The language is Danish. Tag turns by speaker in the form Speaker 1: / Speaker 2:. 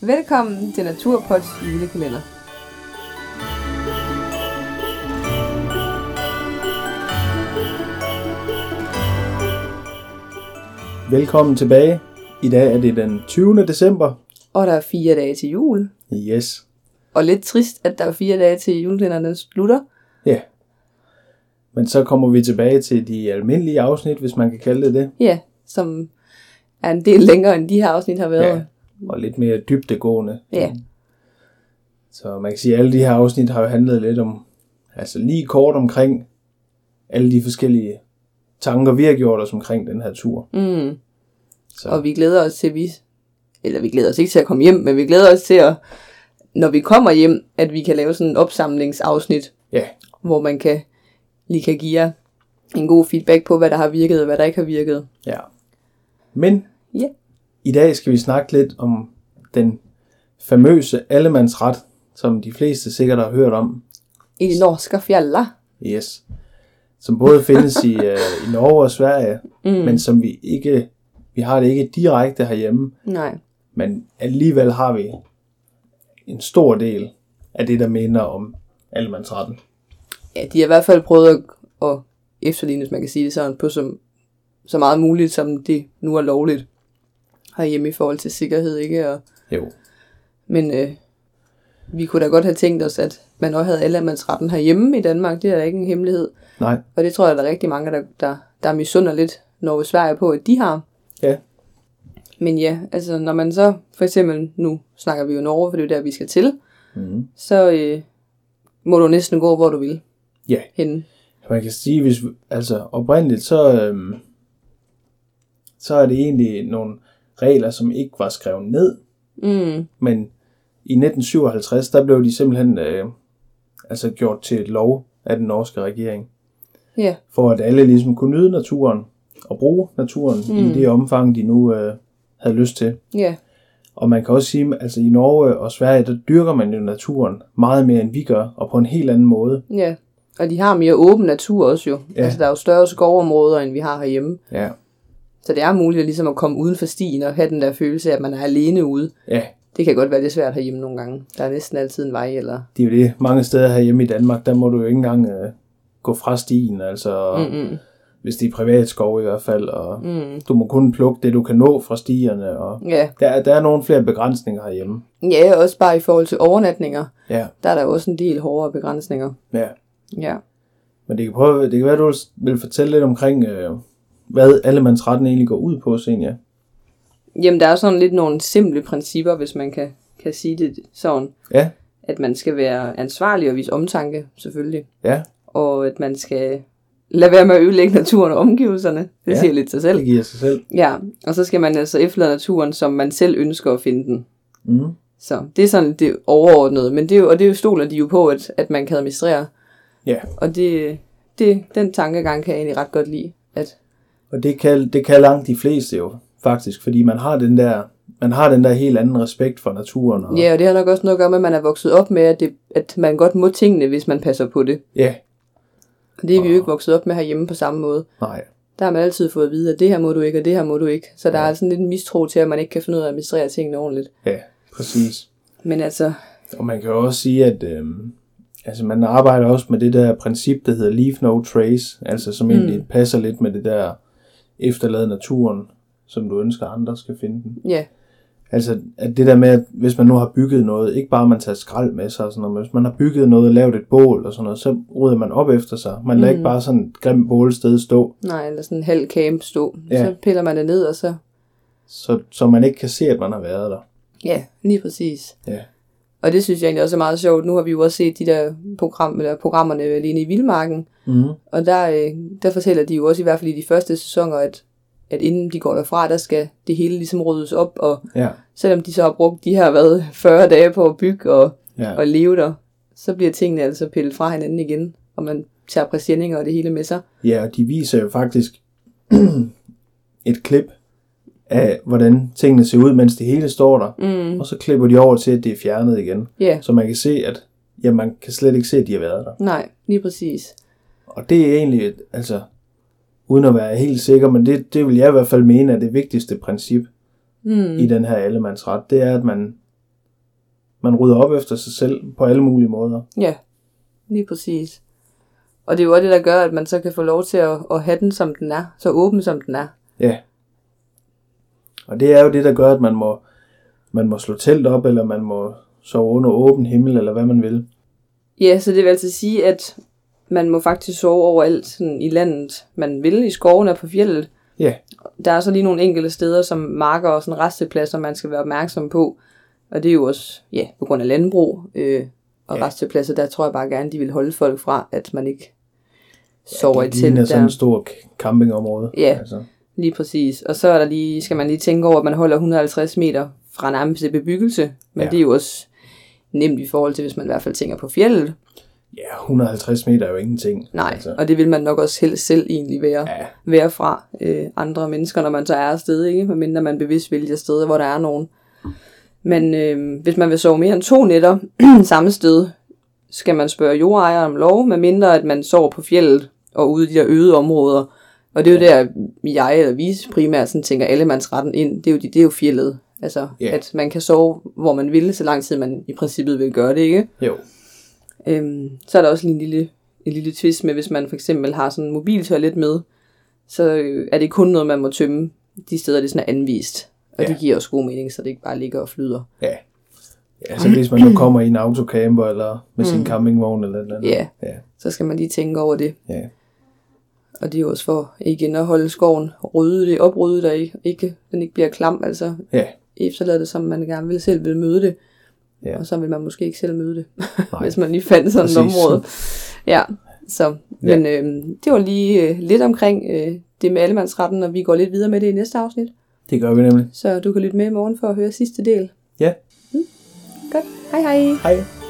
Speaker 1: Velkommen til Naturpods julekalender.
Speaker 2: Velkommen tilbage. I dag er det den 20. december.
Speaker 1: Og der er fire dage til jul.
Speaker 2: Yes.
Speaker 1: Og lidt trist, at der er fire dage til julekalenderen den slutter.
Speaker 2: Ja. Men så kommer vi tilbage til de almindelige afsnit, hvis man kan kalde det det.
Speaker 1: Ja, som er en del længere, end de her afsnit har været.
Speaker 2: Ja. Og lidt mere dybtegående.
Speaker 1: ja.
Speaker 2: Så man kan sige, at alle de her afsnit har jo handlet lidt om, altså lige kort omkring alle de forskellige tanker, vi har gjort os omkring den her tur.
Speaker 1: Mm.
Speaker 2: Så
Speaker 1: Og vi glæder os til, at vi... Eller vi glæder os ikke til at komme hjem, men vi glæder os til, at, når vi kommer hjem, at vi kan lave sådan en opsamlingsafsnit,
Speaker 2: ja,
Speaker 1: hvor man kan lige kan give jer en god feedback på, hvad der har virket og hvad der ikke har virket.
Speaker 2: ja. Men
Speaker 1: Ja.
Speaker 2: i dag skal vi snakke lidt om den famøse allemandsret, som de fleste sikkert har hørt om.
Speaker 1: I de norske fjaller.
Speaker 2: Yes. Som både findes i, øh, i Norge og Sverige, mm. men som vi ikke, vi har det ikke direkte herhjemme,
Speaker 1: Nej.
Speaker 2: men alligevel har vi en stor del af det, der minder om allemandsretten.
Speaker 1: ja, de har i hvert fald prøvet at, at efterligne, hvis man kan sige det sådan, på så, så meget muligt, som det nu er lovligt herhjemme i forhold til sikkerhed, ikke? Og,
Speaker 2: Jo.
Speaker 1: men øh, vi kunne da godt have tænkt os, at man også havde allemandsretten herhjemme i Danmark, det er da ikke en hemmelighed.
Speaker 2: Nej.
Speaker 1: Og det tror jeg, der er rigtig mange, der, der, der misunder lidt Norge og Sverige på, at de har.
Speaker 2: Ja.
Speaker 1: Men ja, altså når man så, for eksempel, nu snakker vi jo Norge, for det er jo der, vi skal til,
Speaker 2: Mm.
Speaker 1: så øh, må du næsten gå, hvor du vil
Speaker 2: Ja.
Speaker 1: henne.
Speaker 2: Man kan sige, hvis vi- altså oprindeligt, så, øhm, så er det egentlig nogle regler, som ikke var skrevet ned,
Speaker 1: Mm,
Speaker 2: men i 1957, der blev de simpelthen øh, altså gjort til et lov af den norske regering.
Speaker 1: ja.
Speaker 2: for at alle ligesom kunne nyde naturen og bruge naturen mm. i det omfang, de nu øh, havde lyst til.
Speaker 1: Ja,
Speaker 2: Og man kan også sige, at altså, i Norge og Sverige, der dyrker man jo naturen meget mere, end vi gør, og på en helt anden måde.
Speaker 1: ja. Og de har mere åben natur også jo. Ja.
Speaker 2: Ja.
Speaker 1: Altså, der er jo større skovområder, end vi har herhjemme.
Speaker 2: Ja,
Speaker 1: Så det er muligt ligesom at komme uden for stien og have den der følelse af, at man er alene ude.
Speaker 2: ja
Speaker 1: Det kan godt være lidt svært herhjemme nogle gange. Der er næsten altid en vej, eller...
Speaker 2: det er jo det. Mange steder herhjemme i Danmark, der må du jo ikke engang øh, gå fra stien, altså
Speaker 1: Mm-mm.
Speaker 2: hvis det er privat skov i hvert fald, og
Speaker 1: Mm.
Speaker 2: du må kun plukke det, du kan nå fra stierne, og
Speaker 1: Ja.
Speaker 2: der, er- der er nogle flere begrænsninger herhjemme.
Speaker 1: ja, også bare i forhold til overnatninger.
Speaker 2: Ja,
Speaker 1: Der er der jo også en del hårdere begrænsninger.
Speaker 2: ja.
Speaker 1: Ja.
Speaker 2: Men det kan, prøve, det kan være, du vil fortælle lidt omkring, øh, hvad allemandsretten egentlig går ud på, Senja.
Speaker 1: Jamen, der er sådan lidt nogle simple principper, hvis man kan, kan sige det sådan.
Speaker 2: Ja,
Speaker 1: At man skal være ansvarlig og vise omtanke, selvfølgelig.
Speaker 2: ja,
Speaker 1: og at man skal lade være med at ødelægge naturen og omgivelserne. Det ja.
Speaker 2: Ja.
Speaker 1: siger lidt sig selv.
Speaker 2: det giver sig selv.
Speaker 1: Ja, og så skal man altså efterlade naturen, som man selv ønsker at finde den.
Speaker 2: Mm.
Speaker 1: Så det er sådan det overordnede, men det er jo, og det er jo stoler de jo på, at, at man kan administrere.
Speaker 2: Ja,
Speaker 1: Og det, det, den tankegang kan jeg egentlig ret godt lide. At,
Speaker 2: og det kan, det kan langt de fleste jo, faktisk, fordi man har den der, man har den der helt anden respekt for naturen. Og,
Speaker 1: ja, og det har nok også noget at gøre med, at man er vokset op med, at, det, at man godt må tingene, hvis man passer på det.
Speaker 2: Ja,
Speaker 1: Og det er vi jo ikke vokset op med herhjemme på samme måde.
Speaker 2: nej,
Speaker 1: Der har man altid fået at vide, at det her må du ikke, og det her må du ikke. Så der er sådan lidt en mistro til, at man ikke kan finde ud af at administrere tingene ordentligt.
Speaker 2: ja, præcis.
Speaker 1: Men altså,
Speaker 2: Og man kan jo også sige, at øh, altså man arbejder også med det der princip, der hedder leave no trace, altså som mm. egentlig passer lidt med det der efterlade naturen, som du ønsker andre skal finde den.
Speaker 1: ja,
Speaker 2: Altså, at det der med, at hvis man nu har bygget noget, ikke bare at man tager skrald med sig og sådan noget, men hvis man har bygget noget, lavet et bål og sådan noget, så rydder man op efter sig. Man lader mm. ikke bare sådan et grimt bålsted stå,
Speaker 1: Nej, eller sådan en halv camp stå. Ja.
Speaker 2: Ja.
Speaker 1: Så piller man det ned, og så...
Speaker 2: så, så man ikke kan se, at man har været der.
Speaker 1: Ja, lige præcis.
Speaker 2: Ja.
Speaker 1: Og det synes jeg egentlig også er meget sjovt. Nu har vi jo også set de der program, eller programmerne alene i Vildmarken.
Speaker 2: Mm.
Speaker 1: Og der, øh, der fortæller de jo også, i hvert fald i de første sæsoner, at, at inden de går derfra, der skal det hele ligesom ryddes op. Og
Speaker 2: Ja.
Speaker 1: selvom de så har brugt de her hvad, 40 dage på at bygge og,
Speaker 2: Ja.
Speaker 1: og leve der, så bliver tingene altså pillet fra hinanden igen. Og man tager præsendninger og det hele med sig.
Speaker 2: ja, og de viser jo faktisk et klip af, hvordan tingene ser ud, mens det hele står der.
Speaker 1: Mm.
Speaker 2: Og så klipper de over til, at det er fjernet igen.
Speaker 1: Ja,
Speaker 2: Så man kan se, at ja, man kan slet ikke se, at de har været der.
Speaker 1: nej, lige præcis.
Speaker 2: Og det er egentlig, et- altså, uden at være helt sikker, men det, det vil jeg i hvert fald mene er det vigtigste princip
Speaker 1: Mm.
Speaker 2: mm. i den her allemandsret, det er, at man man rydder op efter sig selv på alle mulige måder.
Speaker 1: Ja, lige præcis. Og det er jo også det, der gør, at man så kan få lov til at, at have den, som den er. Så åben, som den er.
Speaker 2: Ja. Og det er jo det, der gør, at man må, man må slå telt op, eller man må sove under åben himmel, eller hvad man vil.
Speaker 1: Ja, så det vil altså sige, at man må faktisk sove overalt sådan i landet. Man vil i skoven og på fjellet.
Speaker 2: Ja,
Speaker 1: Der er så lige nogle enkelte steder, som marker og sådan restepladser, man skal være opmærksom på. Og det er jo også, ja, på grund af landbrug øh, og
Speaker 2: Ja.
Speaker 1: ja. restepladser, der tror jeg bare gerne, de vil holde folk fra, at man ikke sover ja, i
Speaker 2: det ligner
Speaker 1: telt
Speaker 2: sådan
Speaker 1: der.
Speaker 2: et stort campingområde.
Speaker 1: Ja.
Speaker 2: Altså.
Speaker 1: Lige præcis. Og så er der lige, skal man lige tænke over, at man holder 150 meter fra nærmeste bebyggelse. Men
Speaker 2: Ja.
Speaker 1: ja. det er jo også nemt i forhold til, hvis man i hvert fald tænker på fjellet.
Speaker 2: ja, 150 meter er jo ingenting.
Speaker 1: Nej,
Speaker 2: Altså.
Speaker 1: altså. og det vil man nok også helst selv egentlig være,
Speaker 2: Ja,
Speaker 1: være fra øh, andre mennesker, når man så er afsted, ikke? Medmindre man bevidst vælger steder, hvor der er nogen. Men øh, hvis man vil sove mere end to nætter samme sted, skal man spørge jordejeren om lov, medmindre at man sover på fjellet og ude i de der øde områder. Og det er jo der, jeg eller vi primært sådan tænker allemandsretten ind. Det er jo, de- det er jo fjellet. Altså,
Speaker 2: Ja.
Speaker 1: yeah. at man kan sove, hvor man vil, så lang tid man i princippet vil gøre det, ikke?
Speaker 2: jo.
Speaker 1: Øhm, så er der også lige en lille, en lille twist med, hvis man for eksempel har sådan en mobiltoilet med, så øh, er det kun noget, man må tømme de steder, det sådan er anvist. Og ja.
Speaker 2: Ja.
Speaker 1: det giver også god mening, så det ikke bare ligger og flyder.
Speaker 2: Ja. ja så hvis man nu kommer i en autocamper, eller med sin campingvogn, eller et eller andet.
Speaker 1: Mm. Ja.
Speaker 2: Ja,
Speaker 1: Så skal man lige tænke over det.
Speaker 2: ja.
Speaker 1: Og det er jo også for igen at holde skoven rydde det, oprydde der ikke, ikke, den ikke bliver klam, altså
Speaker 2: ja.
Speaker 1: efterlade det, som man gerne vil selv vil møde det.
Speaker 2: Ja.
Speaker 1: Og så vil man måske ikke selv møde det,
Speaker 2: Nej.
Speaker 1: hvis man lige fandt sådan et
Speaker 2: Præcis.
Speaker 1: område. Ja, så.
Speaker 2: Ja.
Speaker 1: Men øh, det var lige øh, lidt omkring øh, det med allemandsretten, og vi går lidt videre med det i næste afsnit.
Speaker 2: Det gør vi nemlig.
Speaker 1: Så du kan lytte med i morgen for at høre sidste del.
Speaker 2: Ja.
Speaker 1: Godt. Hej hej.
Speaker 2: Hej.